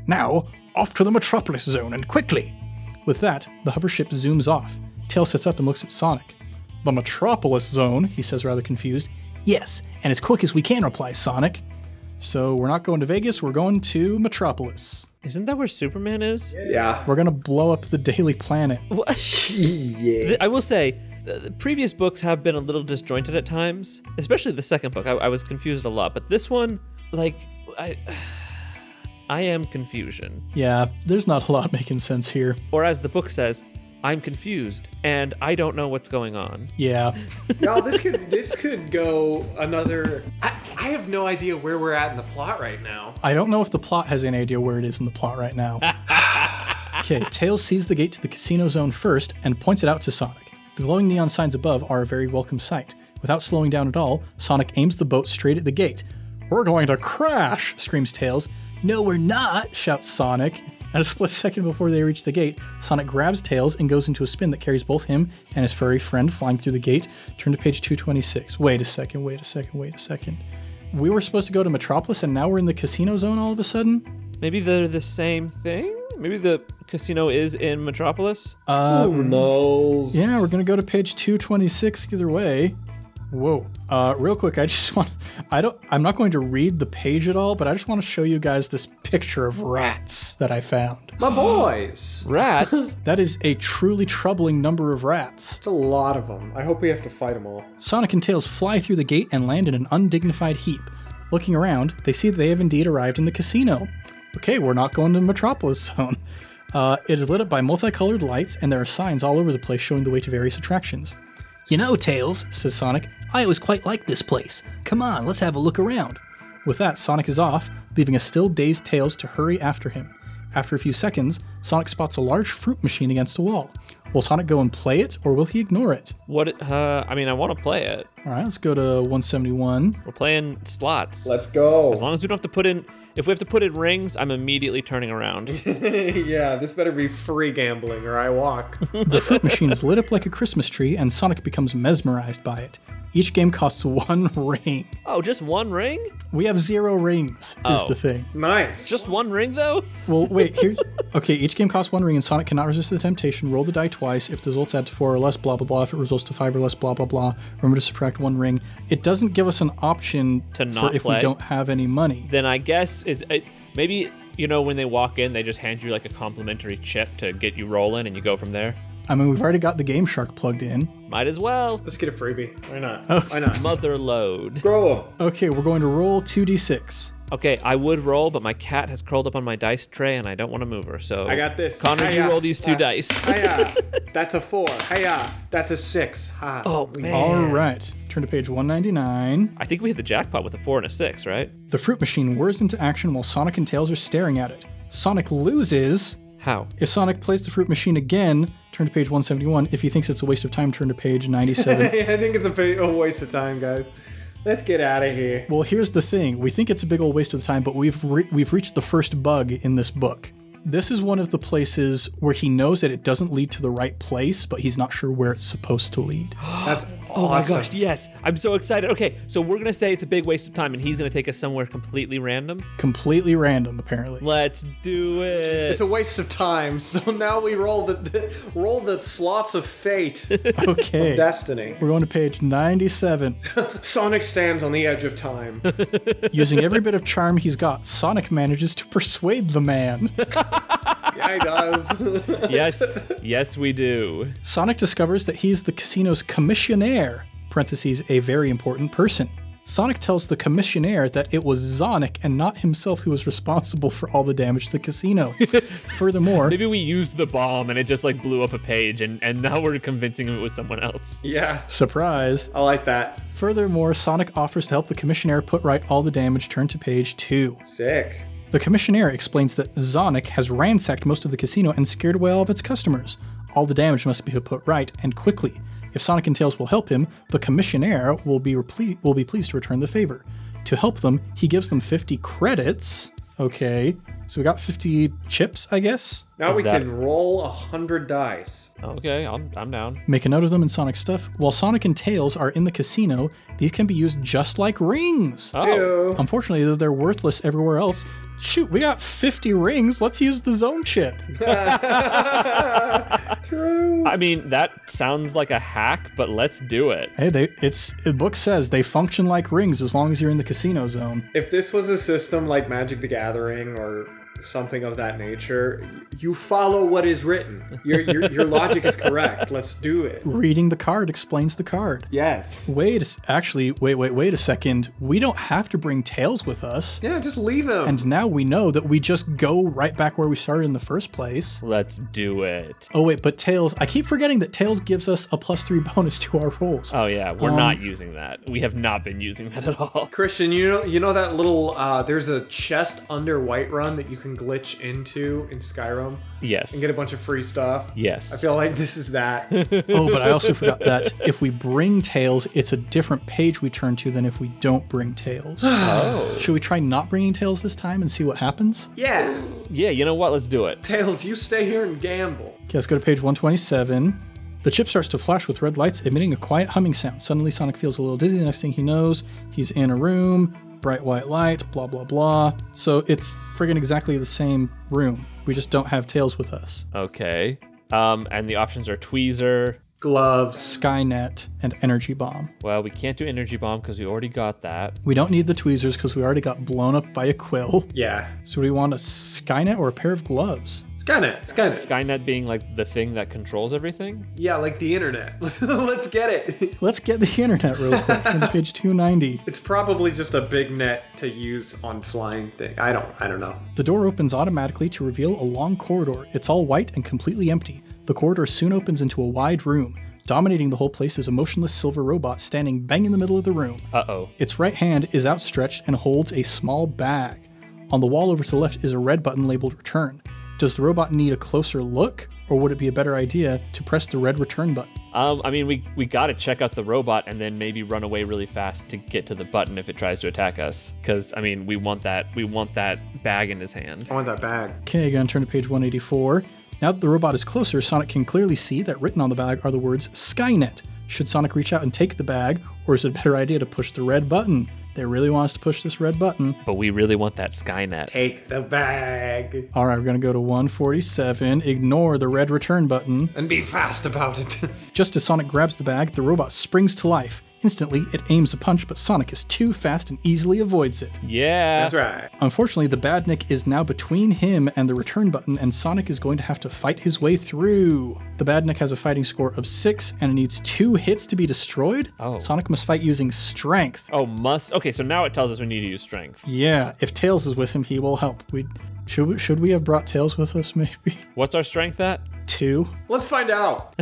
Speaker 1: Now, off to the Metropolis Zone, and quickly! With that, the hover ship zooms off. Tail sits up and looks at Sonic. The Metropolis Zone, he says, rather confused. Yes, and as quick as we can, replies Sonic. So we're not going to Vegas, we're going to Metropolis.
Speaker 3: Isn't that where Superman is?
Speaker 2: yeah.
Speaker 1: We're gonna blow up the Daily Planet.
Speaker 3: What?
Speaker 2: Yeah.
Speaker 3: Th- I will say, the the previous books have been a little disjointed at times, especially the second book. I, I was confused a lot, but this one, like, I, I am confusion.
Speaker 1: Yeah, there's not a lot making sense here.
Speaker 3: Or as the book says, I'm confused and I don't know what's going on.
Speaker 1: Yeah.
Speaker 4: Y'all, this could this could go another. I, I have no idea where we're at in the plot right now.
Speaker 1: I don't know if the plot has any idea where it is in the plot right now. okay, Tails sees the gate to the casino zone first and points it out to Sonic. The glowing neon signs above are a very welcome sight. Without slowing down at all, Sonic aims the boat straight at the gate. We're going to crash, screams Tails. No, we're not, shouts Sonic. At a split second before they reach the gate, Sonic grabs Tails and goes into a spin that carries both him and his furry friend flying through the gate. Turn to page 226. Wait a second, wait a second, wait a second. We were supposed to go to Metropolis and now we're in the casino zone all of a sudden?
Speaker 3: Maybe they're the same thing? Maybe the casino is in Metropolis?
Speaker 1: Uh,
Speaker 2: Knowles.
Speaker 1: yeah, we're going to go to page 226 either way. Whoa. Uh, real quick, I just want I don't I'm not going to read the page at all, but I just want to show you guys this picture of rats that I found.
Speaker 4: My boys.
Speaker 3: Rats?
Speaker 1: That is a truly troubling number of rats.
Speaker 4: It's a lot of them. I hope we have to fight them all.
Speaker 1: Sonic and Tails fly through the gate and land in an undignified heap. Looking around, they see that they have indeed arrived in the casino. Okay, we're not going to the Metropolis Zone. Uh, it is lit up by multicolored lights, and there are signs all over the place showing the way to various attractions. You know, Tails, says Sonic, I always quite like this place. Come on, let's have a look around. With that, Sonic is off, leaving a still dazed Tails to hurry after him. After a few seconds, Sonic spots a large fruit machine against a wall. Will Sonic go and play it, or will he ignore it?
Speaker 3: What? Uh, I mean, I want to play it.
Speaker 1: All right, let's go to 171.
Speaker 3: We're playing slots.
Speaker 2: Let's go.
Speaker 3: As long as we don't have to put in, if we have to put in rings, I'm immediately turning around.
Speaker 4: yeah, this better be free gambling or I walk.
Speaker 1: The fruit machine is lit up like a Christmas tree, and Sonic becomes mesmerized by it. Each game costs one ring.
Speaker 3: Oh, just one ring?
Speaker 1: We have zero rings, is
Speaker 3: Oh.
Speaker 1: the thing.
Speaker 4: Nice.
Speaker 3: Just one ring though?
Speaker 1: Well, wait, here's. Okay, each game costs one ring, and Sonic cannot resist the temptation. Roll the die twice. If the results add to four or less, blah, blah, blah. If it results to five or less, blah, blah, blah. Remember to subtract one ring. It doesn't give us an option
Speaker 3: To
Speaker 1: for
Speaker 3: not
Speaker 1: if
Speaker 3: play.
Speaker 1: we don't have any money.
Speaker 3: Then I guess it's it, maybe you know when they walk in, they just hand you like a complimentary chip to get you rolling, and you go from there.
Speaker 1: I mean, we've already got the Game Shark plugged in.
Speaker 3: Might as well.
Speaker 4: Let's get a freebie. Why not?
Speaker 1: Oh.
Speaker 4: Why not?
Speaker 3: Mother load.
Speaker 4: Throw 'em.
Speaker 1: Okay, we're going to roll 2d6.
Speaker 3: Okay, I would roll, but my cat has curled up on my dice tray, and I don't want to move her. So
Speaker 4: I got this.
Speaker 3: Connor, you
Speaker 4: Hi-ya.
Speaker 3: roll these two
Speaker 4: Ah.
Speaker 3: dice.
Speaker 4: Hiya. That's a four. Hiya. That's a six. Ha.
Speaker 3: oh man.
Speaker 1: All right, turn to page 199.
Speaker 3: I think we hit the jackpot with a four and a six, right?
Speaker 1: The fruit machine whirs into action while Sonic and Tails are staring at it. Sonic loses.
Speaker 3: How?
Speaker 1: If Sonic plays the fruit machine again, turn to page 171. If he thinks it's a waste of time, turn to page 97.
Speaker 4: Hey, I think it's a, big- a waste of time, guys. Let's get out of here.
Speaker 1: well, here's the thing. We think it's a big old waste of time, but we've re- we've reached the first bug in this book. This is one of the places where he knows that it doesn't lead to the right place, but he's not sure where it's supposed to lead.
Speaker 4: That's
Speaker 3: Oh my
Speaker 4: awesome.
Speaker 3: gosh, yes. I'm so excited. Okay, so we're going to say it's a big waste of time and he's going to take us somewhere completely random.
Speaker 1: Completely random, apparently.
Speaker 3: Let's do it.
Speaker 4: It's a waste of time. So now we roll the, the roll the slots of fate,
Speaker 1: Okay.
Speaker 4: destiny.
Speaker 1: We're going to page 97.
Speaker 4: Sonic stands on the edge of time.
Speaker 1: Using every bit of charm he's got, Sonic manages to persuade the man.
Speaker 4: yeah, he does.
Speaker 3: yes, yes, we do.
Speaker 1: Sonic discovers that he's the casino's commissionaire, parentheses, a very important person. Sonic tells the commissionaire that it was Sonic and not himself who was responsible for all the damage to the casino. Furthermore,
Speaker 3: Maybe we used the bomb and it just like blew up a page and, and now we're convincing him it was someone else.
Speaker 4: yeah,
Speaker 1: surprise.
Speaker 4: I like that.
Speaker 1: Furthermore, Sonic offers to help the commissionaire put right all the damage. Turn to page 2.
Speaker 4: Sick.
Speaker 1: The commissionaire explains that Zonic has ransacked most of the casino and scared away all of its customers. All the damage must be put right and quickly. If Sonic and Tails will help him, the commissionaire will be reple- will be pleased to return the favor. To help them, he gives them 50 credits. Okay, so we got 50 chips, I guess.
Speaker 4: Now we
Speaker 3: that?
Speaker 4: can roll a hundred dice.
Speaker 3: Okay, I'm, I'm down.
Speaker 1: Make a note of them in Sonic stuff. While Sonic and Tails are in the casino, these can be used just like rings.
Speaker 3: Oh,
Speaker 4: Ew.
Speaker 1: Unfortunately, though they're worthless everywhere else. Shoot, we got 50 rings. Let's use the zone chip.
Speaker 4: True.
Speaker 3: I mean, that sounds like a hack, but let's do it.
Speaker 1: Hey, they it's the book says they function like rings as long as you're in the casino zone.
Speaker 4: If this was a system like Magic the Gathering or something of that nature, you follow what is written. Your your, your logic is correct. Let's do it.
Speaker 1: Reading the card explains the card.
Speaker 4: Yes.
Speaker 1: Wait, a s- actually, wait, wait, wait a second. We don't have to bring tails with us.
Speaker 4: Yeah, just leave him.
Speaker 1: And now we know that we just go right back where we started in the first place.
Speaker 3: Let's do it.
Speaker 1: Oh wait, but tails. I keep forgetting that tails gives us a plus three bonus to our rolls.
Speaker 3: Oh, yeah, we're not using that. We have not been using that at all.
Speaker 4: Christian, you know, you know that little uh, there's a chest under Whiterun that you can glitch into in Skyrim
Speaker 3: Yes.
Speaker 4: and get a bunch of free stuff.
Speaker 3: Yes.
Speaker 4: I feel like this is that.
Speaker 1: oh, but I also forgot that if we bring tails, it's a different page we turn to than if we don't bring tails.
Speaker 3: oh.
Speaker 1: Should we try not bringing tails this time and see what happens?
Speaker 4: yeah,
Speaker 3: Yeah, you know what? Let's do it.
Speaker 4: Tails, you stay here and gamble.
Speaker 1: Okay, let's go to page 127. The chip starts to flash with red lights, emitting a quiet humming sound. Suddenly, Sonic feels a little dizzy. The next thing he knows, he's in a room, bright white light, blah, blah, blah. So it's friggin' exactly the same room. We just don't have Tails with us.
Speaker 3: Okay. Um, and the options are tweezer.
Speaker 4: Gloves.
Speaker 1: Skynet and Energy Bomb.
Speaker 3: Well, we can't do energy bomb because we already got that.
Speaker 1: We don't need the tweezers because we already got blown up by a quill.
Speaker 4: Yeah.
Speaker 1: So, do we want a Skynet or a pair of gloves?
Speaker 4: Skynet. Skynet.
Speaker 3: Skynet being like the thing that controls everything.
Speaker 4: Yeah, like the internet. Let's get it.
Speaker 1: Let's get the internet real quick on page 290.
Speaker 4: It's probably just a big net to use on flying thing. I don't. I don't know.
Speaker 1: The door opens automatically to reveal a long corridor. It's all white and completely empty. The corridor soon opens into a wide room. Dominating the whole place is a motionless silver robot standing bang in the middle of the room.
Speaker 3: Uh oh.
Speaker 1: Its right hand is outstretched and holds a small bag. On the wall over to the left is a red button labeled return. Does the robot need a closer look, or would it be a better idea to press the red return button?
Speaker 3: Um, I mean, we we gotta check out the robot and then maybe run away really fast to get to the button if it tries to attack us. Because I mean, we want that we want that bag in his hand.
Speaker 4: I want that bag.
Speaker 1: Okay, again, turn to page 184. Now that the robot is closer, Sonic can clearly see that written on the bag are the words Skynet. Should Sonic reach out and take the bag, or is it a better idea to push the red button? They really want us to push this red button.
Speaker 3: But we really want that Skynet.
Speaker 4: Take the bag
Speaker 1: All right, we're going to go to 147, ignore the red return button.
Speaker 4: and be fast about it.
Speaker 1: Just as Sonic grabs the bag, the robot springs to life. Instantly, it aims a punch, but Sonic is too fast and easily avoids it.
Speaker 3: Yeah.
Speaker 4: That's right.
Speaker 1: Unfortunately, the Badnik is now between him and the return button, and Sonic is going to have to fight his way through. The Badnik has a fighting score of six and it needs two hits to be destroyed.
Speaker 3: Oh.
Speaker 1: Sonic must fight using strength.
Speaker 3: Oh, must. Okay, so now it tells us we need to use strength.
Speaker 1: Yeah, if Tails is with him, he will help. We should we, should we have brought Tails with us? Maybe
Speaker 3: What's our strength at?
Speaker 1: two.
Speaker 4: Let's find out.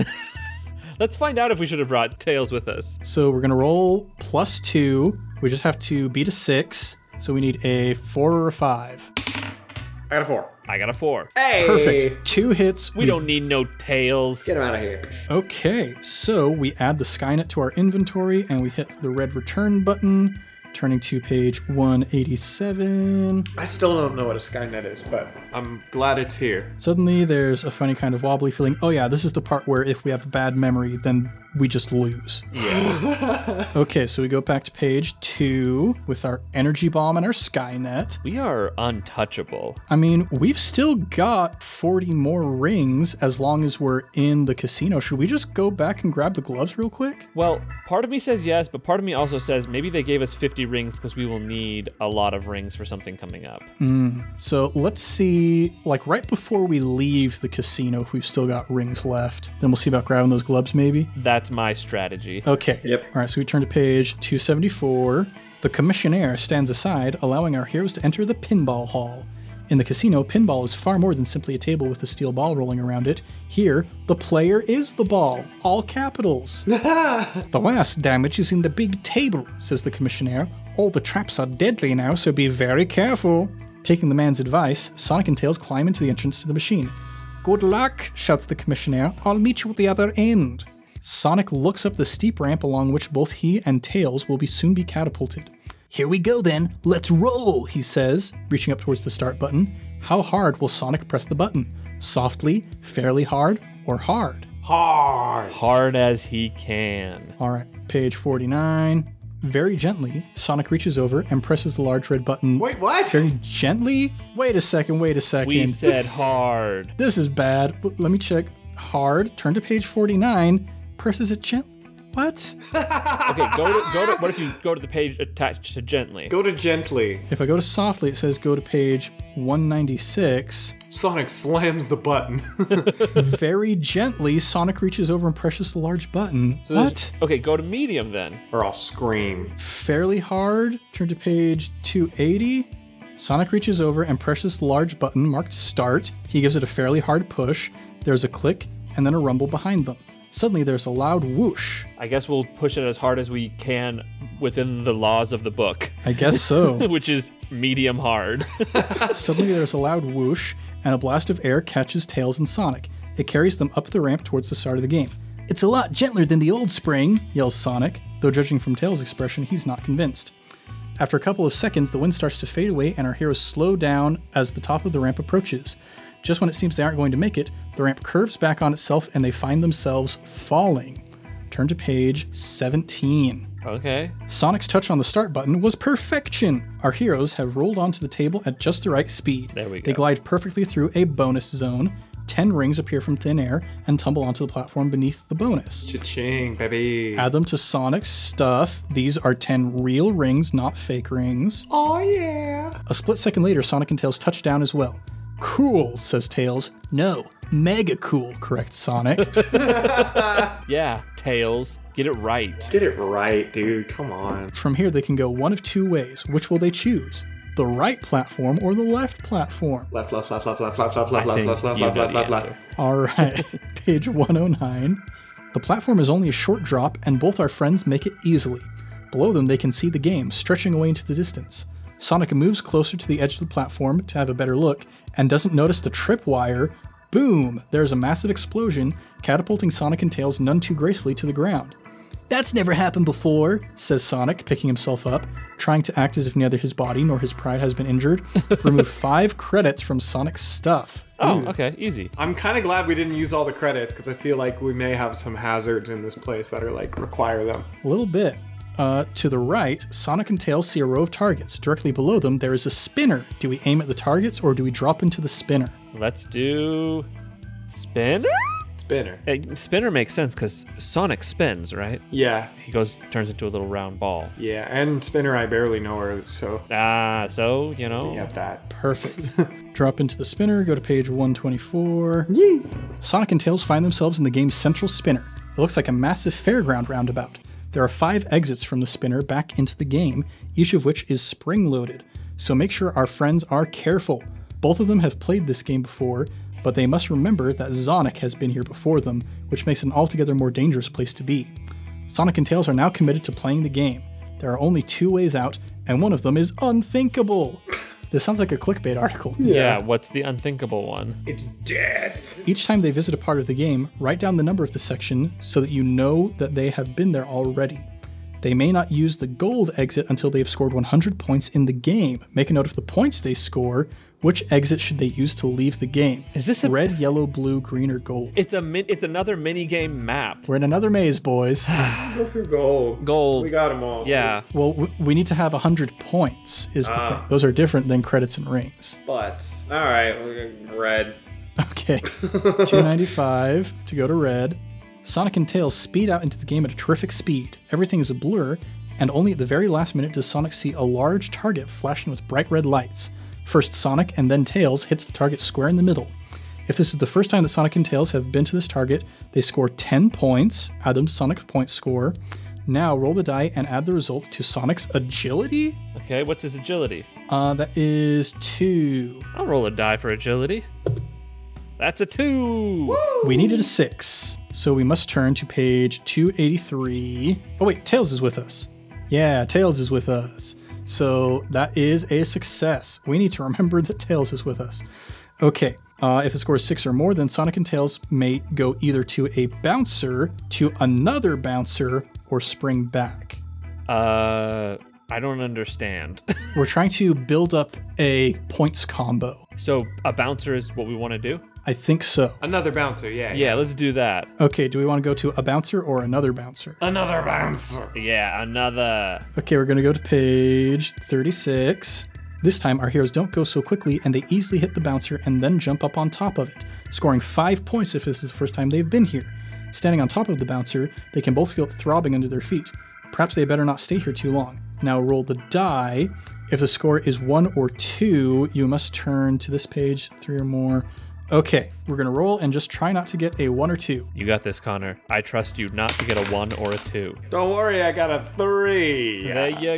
Speaker 3: Let's find out if we should have brought Tails with us.
Speaker 1: So we're gonna roll plus two. We just have to beat a six. So we need a four or a five.
Speaker 4: I got a four.
Speaker 3: I got a four.
Speaker 4: Hey.
Speaker 1: Perfect. Two hits.
Speaker 3: We don't need no tails.
Speaker 4: Get him out of here.
Speaker 1: Okay, so we add the Skynet to our inventory and we hit the red return button, turning to page 187.
Speaker 4: I still don't know what a Skynet is, but I'm glad it's here.
Speaker 1: Suddenly there's a funny kind of wobbly feeling. Oh, yeah, this is the part where if we have a bad memory, then we just lose. Yeah. okay, so we go back to page two with our energy bomb and our Skynet.
Speaker 3: We are untouchable.
Speaker 1: I mean, we've still got 40 more rings as long as we're in the casino. Should we just go back and grab the gloves real quick?
Speaker 3: Well, part of me says yes, but part of me also says maybe they gave us 50 rings because we will need a lot of rings for something coming up.
Speaker 1: So let's see, like right before we leave the casino, if we've still got rings left, then we'll see about grabbing those gloves maybe.
Speaker 3: That's my strategy.
Speaker 1: Okay.
Speaker 4: Yep.
Speaker 1: All right, so we turn to page 274. The commissionaire stands aside, allowing our heroes to enter the pinball hall. In the casino, pinball is far more than simply a table with a steel ball rolling around it. Here, the player is the ball, all capitals. the worst damage is in the big table, says the commissionaire. All the traps are deadly now, so be very careful. Taking the man's advice, Sonic and Tails climb into the entrance to the machine. Good luck, shouts the commissionaire. I'll meet you at the other end. Sonic looks up the steep ramp along which both he and Tails will be soon be catapulted. Here we go then, let's roll, he says, reaching up towards the start button. How hard will Sonic press the button? Softly, fairly hard, or hard?
Speaker 4: Hard.
Speaker 3: Hard as he can.
Speaker 1: All right, page 49. Very gently, Sonic reaches over and presses the large red button.
Speaker 4: Wait, what?
Speaker 1: Very gently? Wait a second, wait a second.
Speaker 3: We said
Speaker 1: This-
Speaker 3: hard.
Speaker 1: This is bad. L- Let me check. Hard. Turn to page 49. Presses it gently. What?
Speaker 3: Okay, go to go to. What if you go to the page attached to gently?
Speaker 4: Go to gently.
Speaker 1: If I go to softly, it says go to page 196.
Speaker 4: Sonic slams the button.
Speaker 1: Very gently, Sonic reaches over and presses the large button. what?
Speaker 3: Okay, go to medium then.
Speaker 4: or I'll scream.
Speaker 1: Fairly hard. Turn to page 280. Sonic reaches over and presses the large button marked start. He gives it a fairly hard push. There's a click and then a rumble behind them. Suddenly, there's a loud whoosh.
Speaker 3: I guess we'll push it as hard as we can within the laws of the book,
Speaker 1: I guess so.
Speaker 3: which is medium hard.
Speaker 1: Suddenly, there's a loud whoosh, and a blast of air catches Tails and Sonic. It carries them up the ramp towards the start of the game. It's a lot gentler than the old spring, yells Sonic, though judging from Tails' expression, he's not convinced. After a couple of seconds, the wind starts to fade away, and our heroes slow down as the top of the ramp approaches. Just when it seems they aren't going to make it, the ramp curves back on itself, and they find themselves falling. Turn to page 17.
Speaker 3: okay.
Speaker 1: Sonic's touch on the start button was perfection. Our heroes have rolled onto the table at just the right speed.
Speaker 3: There we
Speaker 1: They
Speaker 3: go.
Speaker 1: glide perfectly through a bonus zone. Ten rings appear from thin air and tumble onto the platform beneath the bonus.
Speaker 4: Cha-ching, baby.
Speaker 1: Add them to Sonic's stuff. These are 10 real rings, not fake rings.
Speaker 4: Oh yeah.
Speaker 1: A split second later, Sonic and Tails touch down as well. Cool, says Tails. No, mega cool, corrects Sonic.
Speaker 3: Yeah, tails. Get it right.
Speaker 4: Get it right, dude. Come on.
Speaker 1: From here, they can go one of two ways. Which will they choose? The right platform or the left platform?
Speaker 4: Left, left, left, left, left, left, left, left, left,
Speaker 3: think
Speaker 4: left, left,
Speaker 3: you
Speaker 4: left,
Speaker 3: know
Speaker 4: left, left,
Speaker 3: the
Speaker 4: left.
Speaker 3: answer.
Speaker 1: All right, page 109. The platform is only a short drop, and both our friends make it easily. Below them, they can see the game stretching away into the distance. Sonic moves closer to the edge of the platform to have a better look and doesn't notice the tripwire. Boom! There's a massive explosion, catapulting Sonic and Tails none too gracefully to the ground. That's never happened before, says Sonic, picking himself up, trying to act as if neither his body nor his pride has been injured. Remove five credits from Sonic's stuff.
Speaker 3: Oh, okay, easy.
Speaker 4: I'm kind of glad we didn't use all the credits because I feel like we may have some hazards in this place that are like require them.
Speaker 1: A little bit. Uh, to the right, Sonic and Tails see a row of targets. Directly below them, there is a spinner. Do we aim at the targets or do we drop into the spinner?
Speaker 3: Let's do spinner.
Speaker 4: Spinner.
Speaker 3: Eh, Spinner makes sense because Sonic spins, right?
Speaker 4: Yeah,
Speaker 3: He goes turns into a little round ball.
Speaker 4: yeah, and Spinner I barely know her, so
Speaker 3: Ah, so you know.
Speaker 4: yep, that.
Speaker 1: Perfect. Drop into the spinner, go to page 124. Sonic and Tails find themselves in the game's central spinner. It looks like a massive fairground roundabout. There are five exits from the spinner back into the game, each of which is spring loaded, so make sure our friends are careful. Both of them have played this game before, but they must remember that Sonic has been here before them, which makes an altogether more dangerous place to be. Sonic and Tails are now committed to playing the game. There are only two ways out, and one of them is unthinkable. This sounds like a clickbait article.
Speaker 3: Yeah, what's the unthinkable one?
Speaker 4: It's death.
Speaker 1: Each time they visit a part of the game, write down the number of the section so that you know that they have been there already. They may not use the gold exit until they have scored 100 points in the game. Make a note of the points they score. Which exit should they use to leave the game?
Speaker 3: Is this a-
Speaker 1: red, yellow, blue, green, or gold?
Speaker 3: It's a min- it's another mini game map.
Speaker 1: We're in another maze, boys.
Speaker 4: Go through gold.
Speaker 3: Gold.
Speaker 4: We got them all.
Speaker 3: Yeah.
Speaker 1: well, w- we need to have 100 points, is the thing. Those are different than credits and rings.
Speaker 2: Ah. But all right, we're gonna- red.
Speaker 1: Okay. 295 to go to red. Sonic and Tails speed out into the game at a terrific speed. Everything is a blur, and only at the very last minute does Sonic see a large target flashing with bright red lights. First Sonic and then Tails hits the target square in the middle. If this is the first time that Sonic and Tails have been to this target, they score 10 points, add them to Sonic's point score. Now roll the die and add the result to Sonic's agility?
Speaker 3: Okay, what's his agility?
Speaker 1: Uh, that is two.
Speaker 3: I'll roll a die for agility. That's a two.
Speaker 1: We needed a six, so we must turn to page 283. Oh, wait, Tails is with us. Yeah, Tails is with us. So that is a success. We need to remember that Tails is with us. Okay, uh, if the score is six or more, then Sonic and Tails may go either to a bouncer, to another bouncer, or spring back.
Speaker 3: Uh, I don't understand.
Speaker 1: We're trying to build up a points combo.
Speaker 3: so a bouncer is what we want to do.
Speaker 1: I think so.
Speaker 4: Another bouncer. Yeah.
Speaker 3: Yeah, let's do that.
Speaker 1: Okay, do we want to go to a bouncer or another bouncer?
Speaker 4: Another bouncer.
Speaker 3: Yeah, another.
Speaker 1: Okay, we're gonna go to page 36. This time, our heroes don't go so quickly and they easily hit the bouncer and then jump up on top of it, scoring five points if this is the first time they've been here. Standing on top of the bouncer, they can both feel it throbbing under their feet. Perhaps they better not stay here too long. Now roll the die. If the score is one or two, you must turn to this page, three or more. Okay, we're gonna roll and just try not to get a one or two.
Speaker 3: You got this, Connor. I trust you not to get a one or a two.
Speaker 4: Don't worry, I got a three.
Speaker 3: There
Speaker 4: Hey,
Speaker 3: you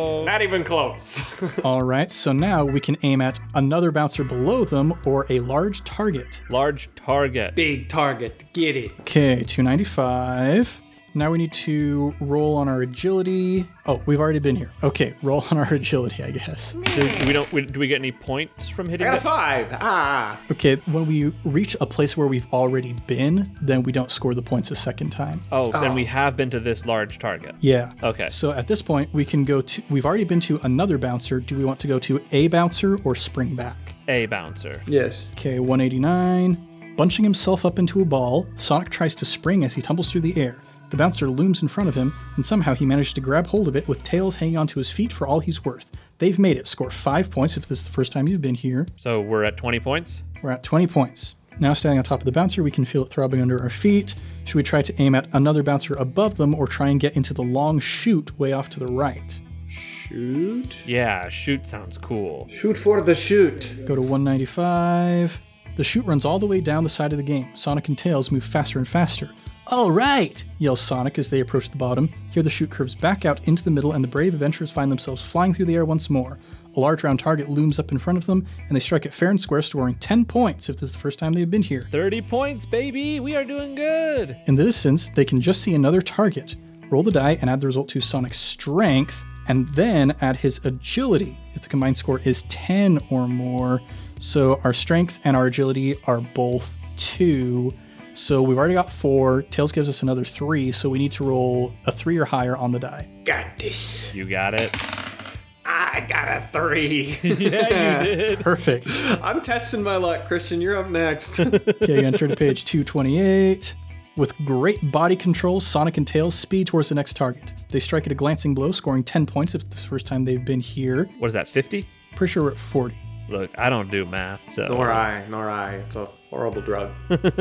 Speaker 3: go.
Speaker 4: not even close.
Speaker 1: All right, so now we can aim at another bouncer below them or a large target.
Speaker 3: Large target.
Speaker 4: Big target. Get it.
Speaker 1: Okay, 295. Now we need to roll on our agility. Oh, we've already been here. Okay, roll on our agility, I guess.
Speaker 3: Do we don't. We, do we get any points from hitting
Speaker 4: I got a
Speaker 3: that?
Speaker 4: five. Ah.
Speaker 1: Okay, when we reach a place where we've already been, then we don't score the points a second time.
Speaker 3: Oh, then we have been to this large target.
Speaker 1: Yeah.
Speaker 3: Okay.
Speaker 1: So at this point, we can go to, we've already been to another bouncer. Do we want to go to a bouncer or spring back?
Speaker 3: A bouncer.
Speaker 4: Yes.
Speaker 1: Okay, 189. Bunching himself up into a ball, Sonic tries to spring as he tumbles through the air. The bouncer looms in front of him, and somehow he manages to grab hold of it with tails hanging onto his feet for all he's worth. They've made it. Score five points if this is the first time you've been here.
Speaker 3: So we're at 20 points.
Speaker 1: We're at 20 points. Now, standing on top of the bouncer, we can feel it throbbing under our feet. Should we try to aim at another bouncer above them or try and get into the long chute way off to the right?
Speaker 4: Shoot.
Speaker 3: Yeah, shoot sounds cool.
Speaker 4: Shoot for the shoot.
Speaker 1: Go to 195. The chute runs all the way down the side of the game. Sonic and Tails move faster and faster. All right, yells Sonic as they approach the bottom. Here the chute curves back out into the middle, and the brave adventurers find themselves flying through the air once more. A large round target looms up in front of them, and they strike it fair and square, scoring 10 points if this is the first time they've been here.
Speaker 3: 30 points, baby. We are doing good.
Speaker 1: In the distance, they can just see another target. Roll the die and add the result to Sonic's strength, and then add his agility if the combined score is 10 or more. So our strength and our agility are both 2. So we've already got four. Tails gives us another three, so we need to roll a three or higher on the die.
Speaker 4: Got this.
Speaker 3: You got it.
Speaker 4: I got a three.
Speaker 3: yeah, you did.
Speaker 1: Perfect.
Speaker 4: I'm testing my luck, Christian. You're up next.
Speaker 1: Okay, you enter to page 228. With great body control, Sonic and Tails speed towards the next target. They strike at a glancing blow, scoring 10 points if it's the first time they've been here.
Speaker 3: What is that? Fifty?
Speaker 1: Pretty sure we're at 40.
Speaker 3: Look, I don't do math, so
Speaker 4: nor I, nor I. It's a horrible drug.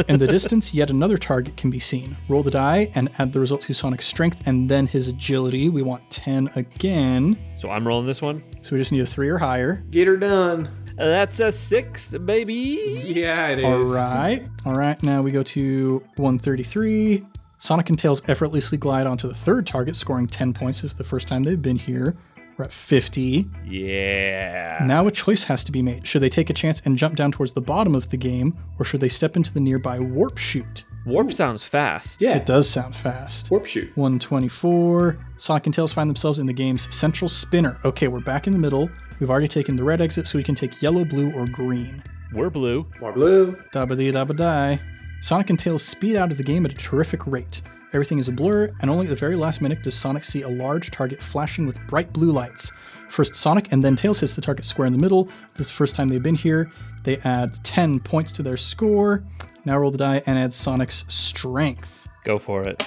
Speaker 1: In the distance, yet another target can be seen. Roll the die and add the result to Sonic's strength and then his agility. We want 10 again.
Speaker 3: so I'm rolling this one.
Speaker 1: So we just need a 3 or higher.
Speaker 4: Get her done.
Speaker 3: That's a six, baby.
Speaker 4: Yeah, it is.
Speaker 1: All right. All right. Now we go to 133. Sonic and Tails effortlessly glide onto the third target, scoring 10 points. It's the first time they've been here. We're at 50.
Speaker 3: Yeah.
Speaker 1: Now a choice has to be made. Should they take a chance and jump down towards the bottom of the game, or should they step into the nearby warp chute?
Speaker 3: Warp sounds fast.
Speaker 4: Yeah.
Speaker 1: It does sound fast.
Speaker 4: Warp shoot.
Speaker 1: 124. Sonic and Tails find themselves in the game's central spinner. Okay, we're back in the middle. We've already taken the red exit, so we can take yellow, blue, or green.
Speaker 3: We're blue.
Speaker 4: More blue.
Speaker 1: Dabba dee dabba die. Sonic and Tails speed out of the game at a terrific rate. Everything is a blur, and only at the very last minute does Sonic see a large target flashing with bright blue lights. First Sonic and then Tails hits the target square in the middle. This is the first time they've been here. They add 10 points to their score. Now roll the die and add Sonic's strength.
Speaker 3: Go for it.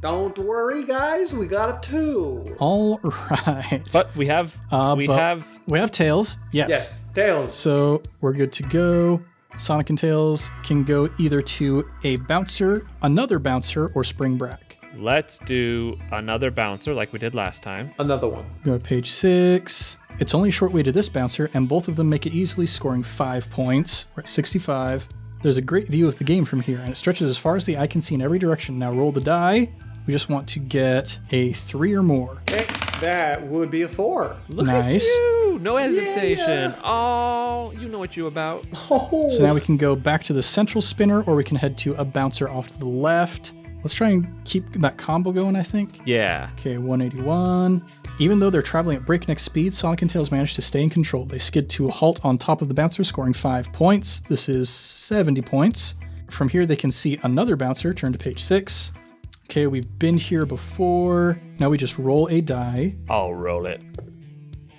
Speaker 4: Don't worry, guys. We got a two.
Speaker 1: All right.
Speaker 3: But we have
Speaker 1: Uh,
Speaker 3: we
Speaker 1: but-
Speaker 3: have
Speaker 1: we have Tails. Yes.
Speaker 4: Yes. Tails.
Speaker 1: So we're good to go. Sonic and Tails can go either to a bouncer, another bouncer, or spring brack.
Speaker 3: let's do another bouncer like we did last time.
Speaker 4: Another one.
Speaker 1: Go to page six. It's only a short way to this bouncer, and both of them make it easily, scoring five points. We're at 65. There's a great view of the game from here, and it stretches as far as the eye can see in every direction. Now roll the die. We just want to get a three or more.
Speaker 4: Hey, That would be a four.
Speaker 3: Look
Speaker 1: Nice.
Speaker 3: at you. No hesitation. Oh, you know what you about.
Speaker 4: Oh.
Speaker 1: So now we can go back to the central spinner, or we can head to a bouncer off to the left. Let's try and keep that combo going, I think.
Speaker 3: Yeah.
Speaker 1: Okay, 181. Even though they're traveling at breakneck speed, Sonic and Tails manage to stay in control. They skid to a halt on top of the bouncer, scoring 5 points. This is 70 points. From here, they can see another bouncer. Turn to page 6. Okay, we've been here before. Now we just roll a die.
Speaker 3: I'll roll it.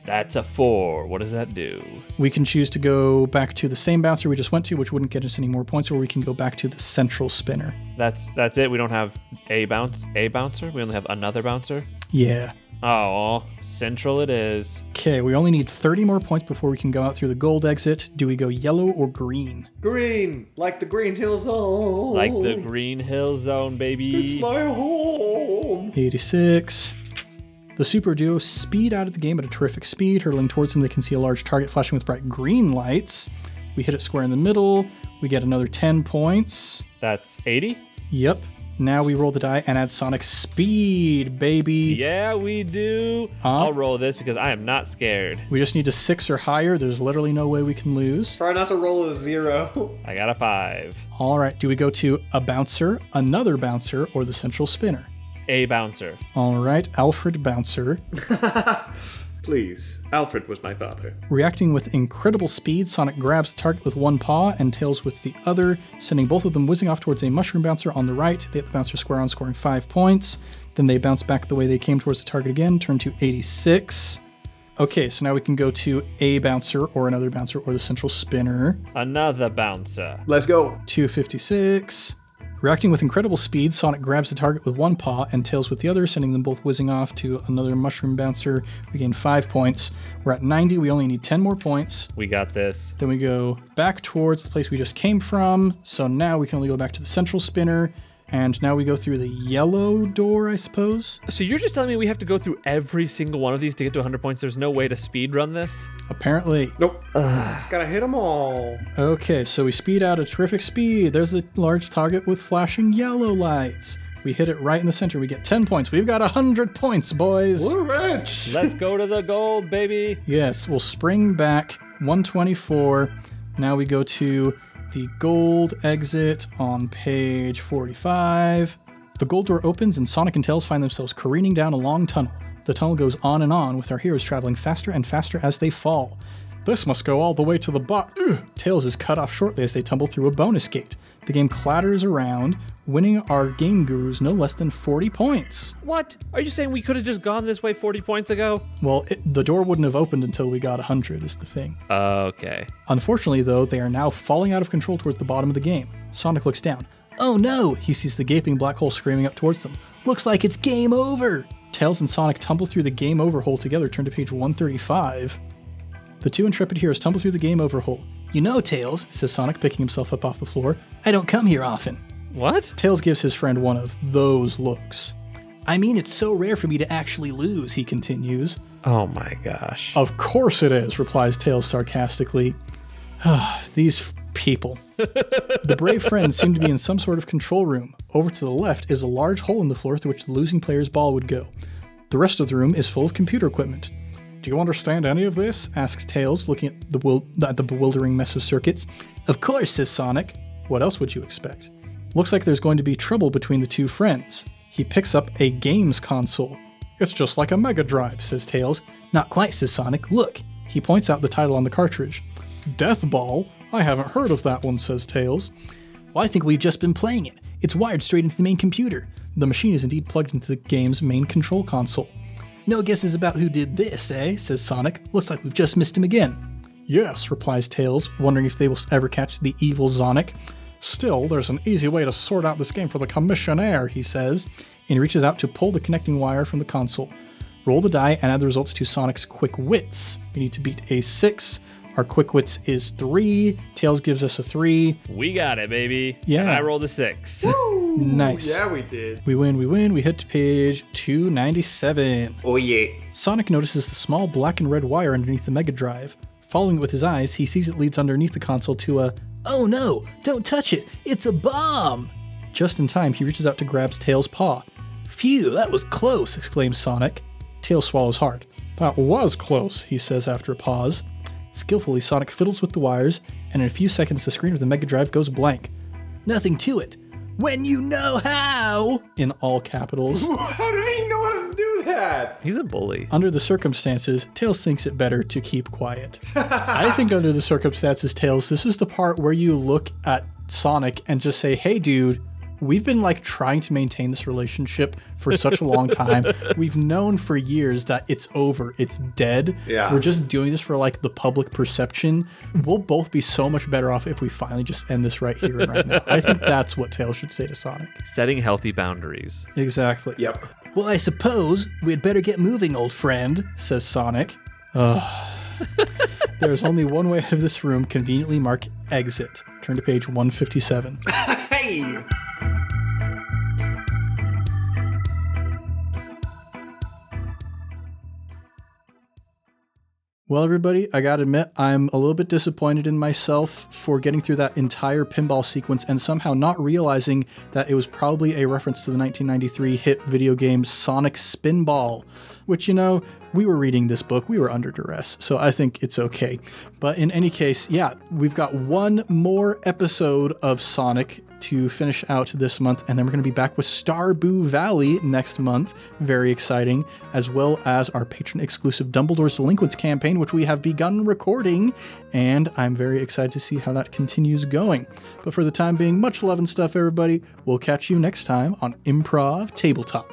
Speaker 3: That's a four. What does that do?
Speaker 1: We can choose to go back to the same bouncer we just went to, which wouldn't get us any more points, or we can go back to the central spinner.
Speaker 3: That's that's it. We don't have a bounce a bouncer. We only have another bouncer.
Speaker 1: Yeah.
Speaker 3: Oh, central it is.
Speaker 1: Okay, we only need 30 more points before we can go out through the gold exit. Do we go yellow or green?
Speaker 4: Green, like the Green Hill Zone.
Speaker 3: Like the Green Hill Zone,
Speaker 4: It's
Speaker 3: baby.
Speaker 4: my home.
Speaker 1: 86. The super duo speed out of the game at a terrific speed, hurtling towards them. They can see a large target flashing with bright green lights. We hit it square in the middle. We get another 10 points.
Speaker 3: That's 80?
Speaker 1: Yep. Now we roll the die and add Sonic speed, baby.
Speaker 3: Yeah, we do.
Speaker 1: Huh?
Speaker 3: I'll roll this because I am not scared.
Speaker 1: We just need a six or higher. There's literally no way we can lose.
Speaker 4: Try not to roll a zero.
Speaker 3: I got a 5.
Speaker 1: All right. Do we go to a bouncer, another bouncer, or the central spinner?
Speaker 3: A bouncer.
Speaker 1: All right. Alfred Bouncer.
Speaker 4: Please. Alfred was my father.
Speaker 1: Reacting with incredible speed, Sonic grabs the target with one paw and Tails with the other, sending both of them whizzing off towards a mushroom bouncer on the right. They hit the bouncer square on, scoring five points. Then they bounce back the way they came towards the target again, turn to 86. Okay, so now we can go to a bouncer or another bouncer or the central spinner.
Speaker 3: Another bouncer.
Speaker 4: Let's go.
Speaker 1: 256. Reacting with incredible speed, Sonic grabs the target with one paw and Tails with the other, sending them both whizzing off to another mushroom bouncer. We gain five points. We're at 90. We only need 10 more points.
Speaker 3: We got this.
Speaker 1: Then we go back towards the place we just came from. So now we can only go back to the central spinner. And now we go through the yellow door, I suppose.
Speaker 3: So you're just telling me we have to go through every single one of these to get to 100 points? There's no way to speed run this?
Speaker 1: Apparently.
Speaker 4: Nope. Just gotta hit them all.
Speaker 1: Okay, so we speed out at terrific speed. There's a large target with flashing yellow lights. We hit it right in the center. We get 10 points. We've got 100 points, boys.
Speaker 4: We're rich.
Speaker 3: Let's go to the gold, baby.
Speaker 1: Yes, we'll spring back 124. Now we go to the gold exit on page 45. The gold door opens and Sonic and Tails find themselves careening down a long tunnel. The tunnel goes on and on, with our heroes traveling faster and faster as they fall. This must go all the way to the bot. Ugh. Tails is cut off shortly as they tumble through a bonus gate. The game clatters around, winning our game gurus no less than 40 points.
Speaker 3: What? Are you saying we could have just gone this way 40 points ago?
Speaker 1: Well, it, the door wouldn't have opened until we got 100, is the thing.
Speaker 3: Uh, Okay.
Speaker 1: Unfortunately, though, they are now falling out of control towards the bottom of the game. Sonic looks down. Oh no! He sees the gaping black hole screaming up towards them. Looks like it's game over! Tails and Sonic tumble through the game over hole together, turn to page 135. The two intrepid heroes tumble through the game over hole. You know, Tails, says Sonic, picking himself up off the floor, I don't come here often.
Speaker 3: What?
Speaker 1: Tails gives his friend one of those looks. I mean, it's so rare for me to actually lose, he continues.
Speaker 3: Oh my gosh.
Speaker 1: Of course it is, replies Tails sarcastically. Ah, These f- people. the brave friends seem to be in some sort of control room. Over to the left is a large hole in the floor through which the losing player's ball would go. The rest of the room is full of computer equipment. Do you understand any of this? asks Tails, looking at the, wil- at the bewildering mess of circuits. Of course, says Sonic. What else would you expect? Looks like there's going to be trouble between the two friends. He picks up a games console. It's just like a Mega Drive, says Tails. Not quite, says Sonic. Look. He points out the title on the cartridge. Death Ball? I haven't heard of that one, says Tails. Well, I think we've just been playing it. It's wired straight into the main computer. The machine is indeed plugged into the game's main control console. No guesses about who did this, eh? says Sonic. Looks like we've just missed him again. Yes, replies Tails, wondering if they will ever catch the evil Sonic. Still, there's an easy way to sort out this game for the commissionaire, he says, and reaches out to pull the connecting wire from the console. Roll the die and add the results to Sonic's quick wits. We need to beat a six. Our quick wits is three. Tails gives us a three.
Speaker 3: We got it, baby.
Speaker 1: Yeah.
Speaker 3: And I rolled a six.
Speaker 1: Nice.
Speaker 4: Yeah, we did.
Speaker 1: We win, we win. We hit to page 297.
Speaker 2: Oh yeah.
Speaker 1: Sonic notices the small black and red wire underneath the Mega Drive. Following it with his eyes, he sees it leads underneath the console to a, oh no, don't touch it, it's a bomb! Just in time, he reaches out to grabs Tails' paw. Phew, that was close, exclaims Sonic. Tails swallows hard. That was close, he says after a pause. Skillfully, Sonic fiddles with the wires, and in a few seconds, the screen of the Mega Drive goes blank. Nothing to it. When you know how! In all capitals.
Speaker 4: How did he know how to do that?
Speaker 3: He's a bully.
Speaker 1: Under the circumstances, Tails thinks it better to keep quiet. I think, under the circumstances, Tails, this is the part where you look at Sonic and just say, hey, dude, we've been like trying to maintain this relationship for such a long time. We've known for years that it's over, it's dead.
Speaker 4: Yeah.
Speaker 1: We're just doing this for like the public perception. We'll both be so much better off if we finally just end this right here and right now. I think that's what Tails should say to Sonic.
Speaker 3: Setting healthy boundaries.
Speaker 1: Exactly.
Speaker 4: Yep.
Speaker 1: Well, I suppose we had better get moving, old friend, says Sonic. Ugh. There's only one way out of this room, conveniently mark exit. Turn to page 157.
Speaker 4: Hey!
Speaker 1: Well, everybody, I gotta admit, I'm a little bit disappointed in myself for getting through that entire pinball sequence and somehow not realizing that it was probably a reference to the 1993 hit video game Sonic Spinball, which, you know, we were reading this book, we were under duress, so I think it's okay. But in any case, yeah, we've got one more episode of Sonic to finish out this month, and then we're going to be back with Starboo Valley next month. Very exciting, as well as our patron exclusive Dumbledore's Delinquents campaign, which we have begun recording, and I'm very excited to see how that continues going. But for the time being, much love and stuff, everybody. We'll catch you next time on Improv Tabletop.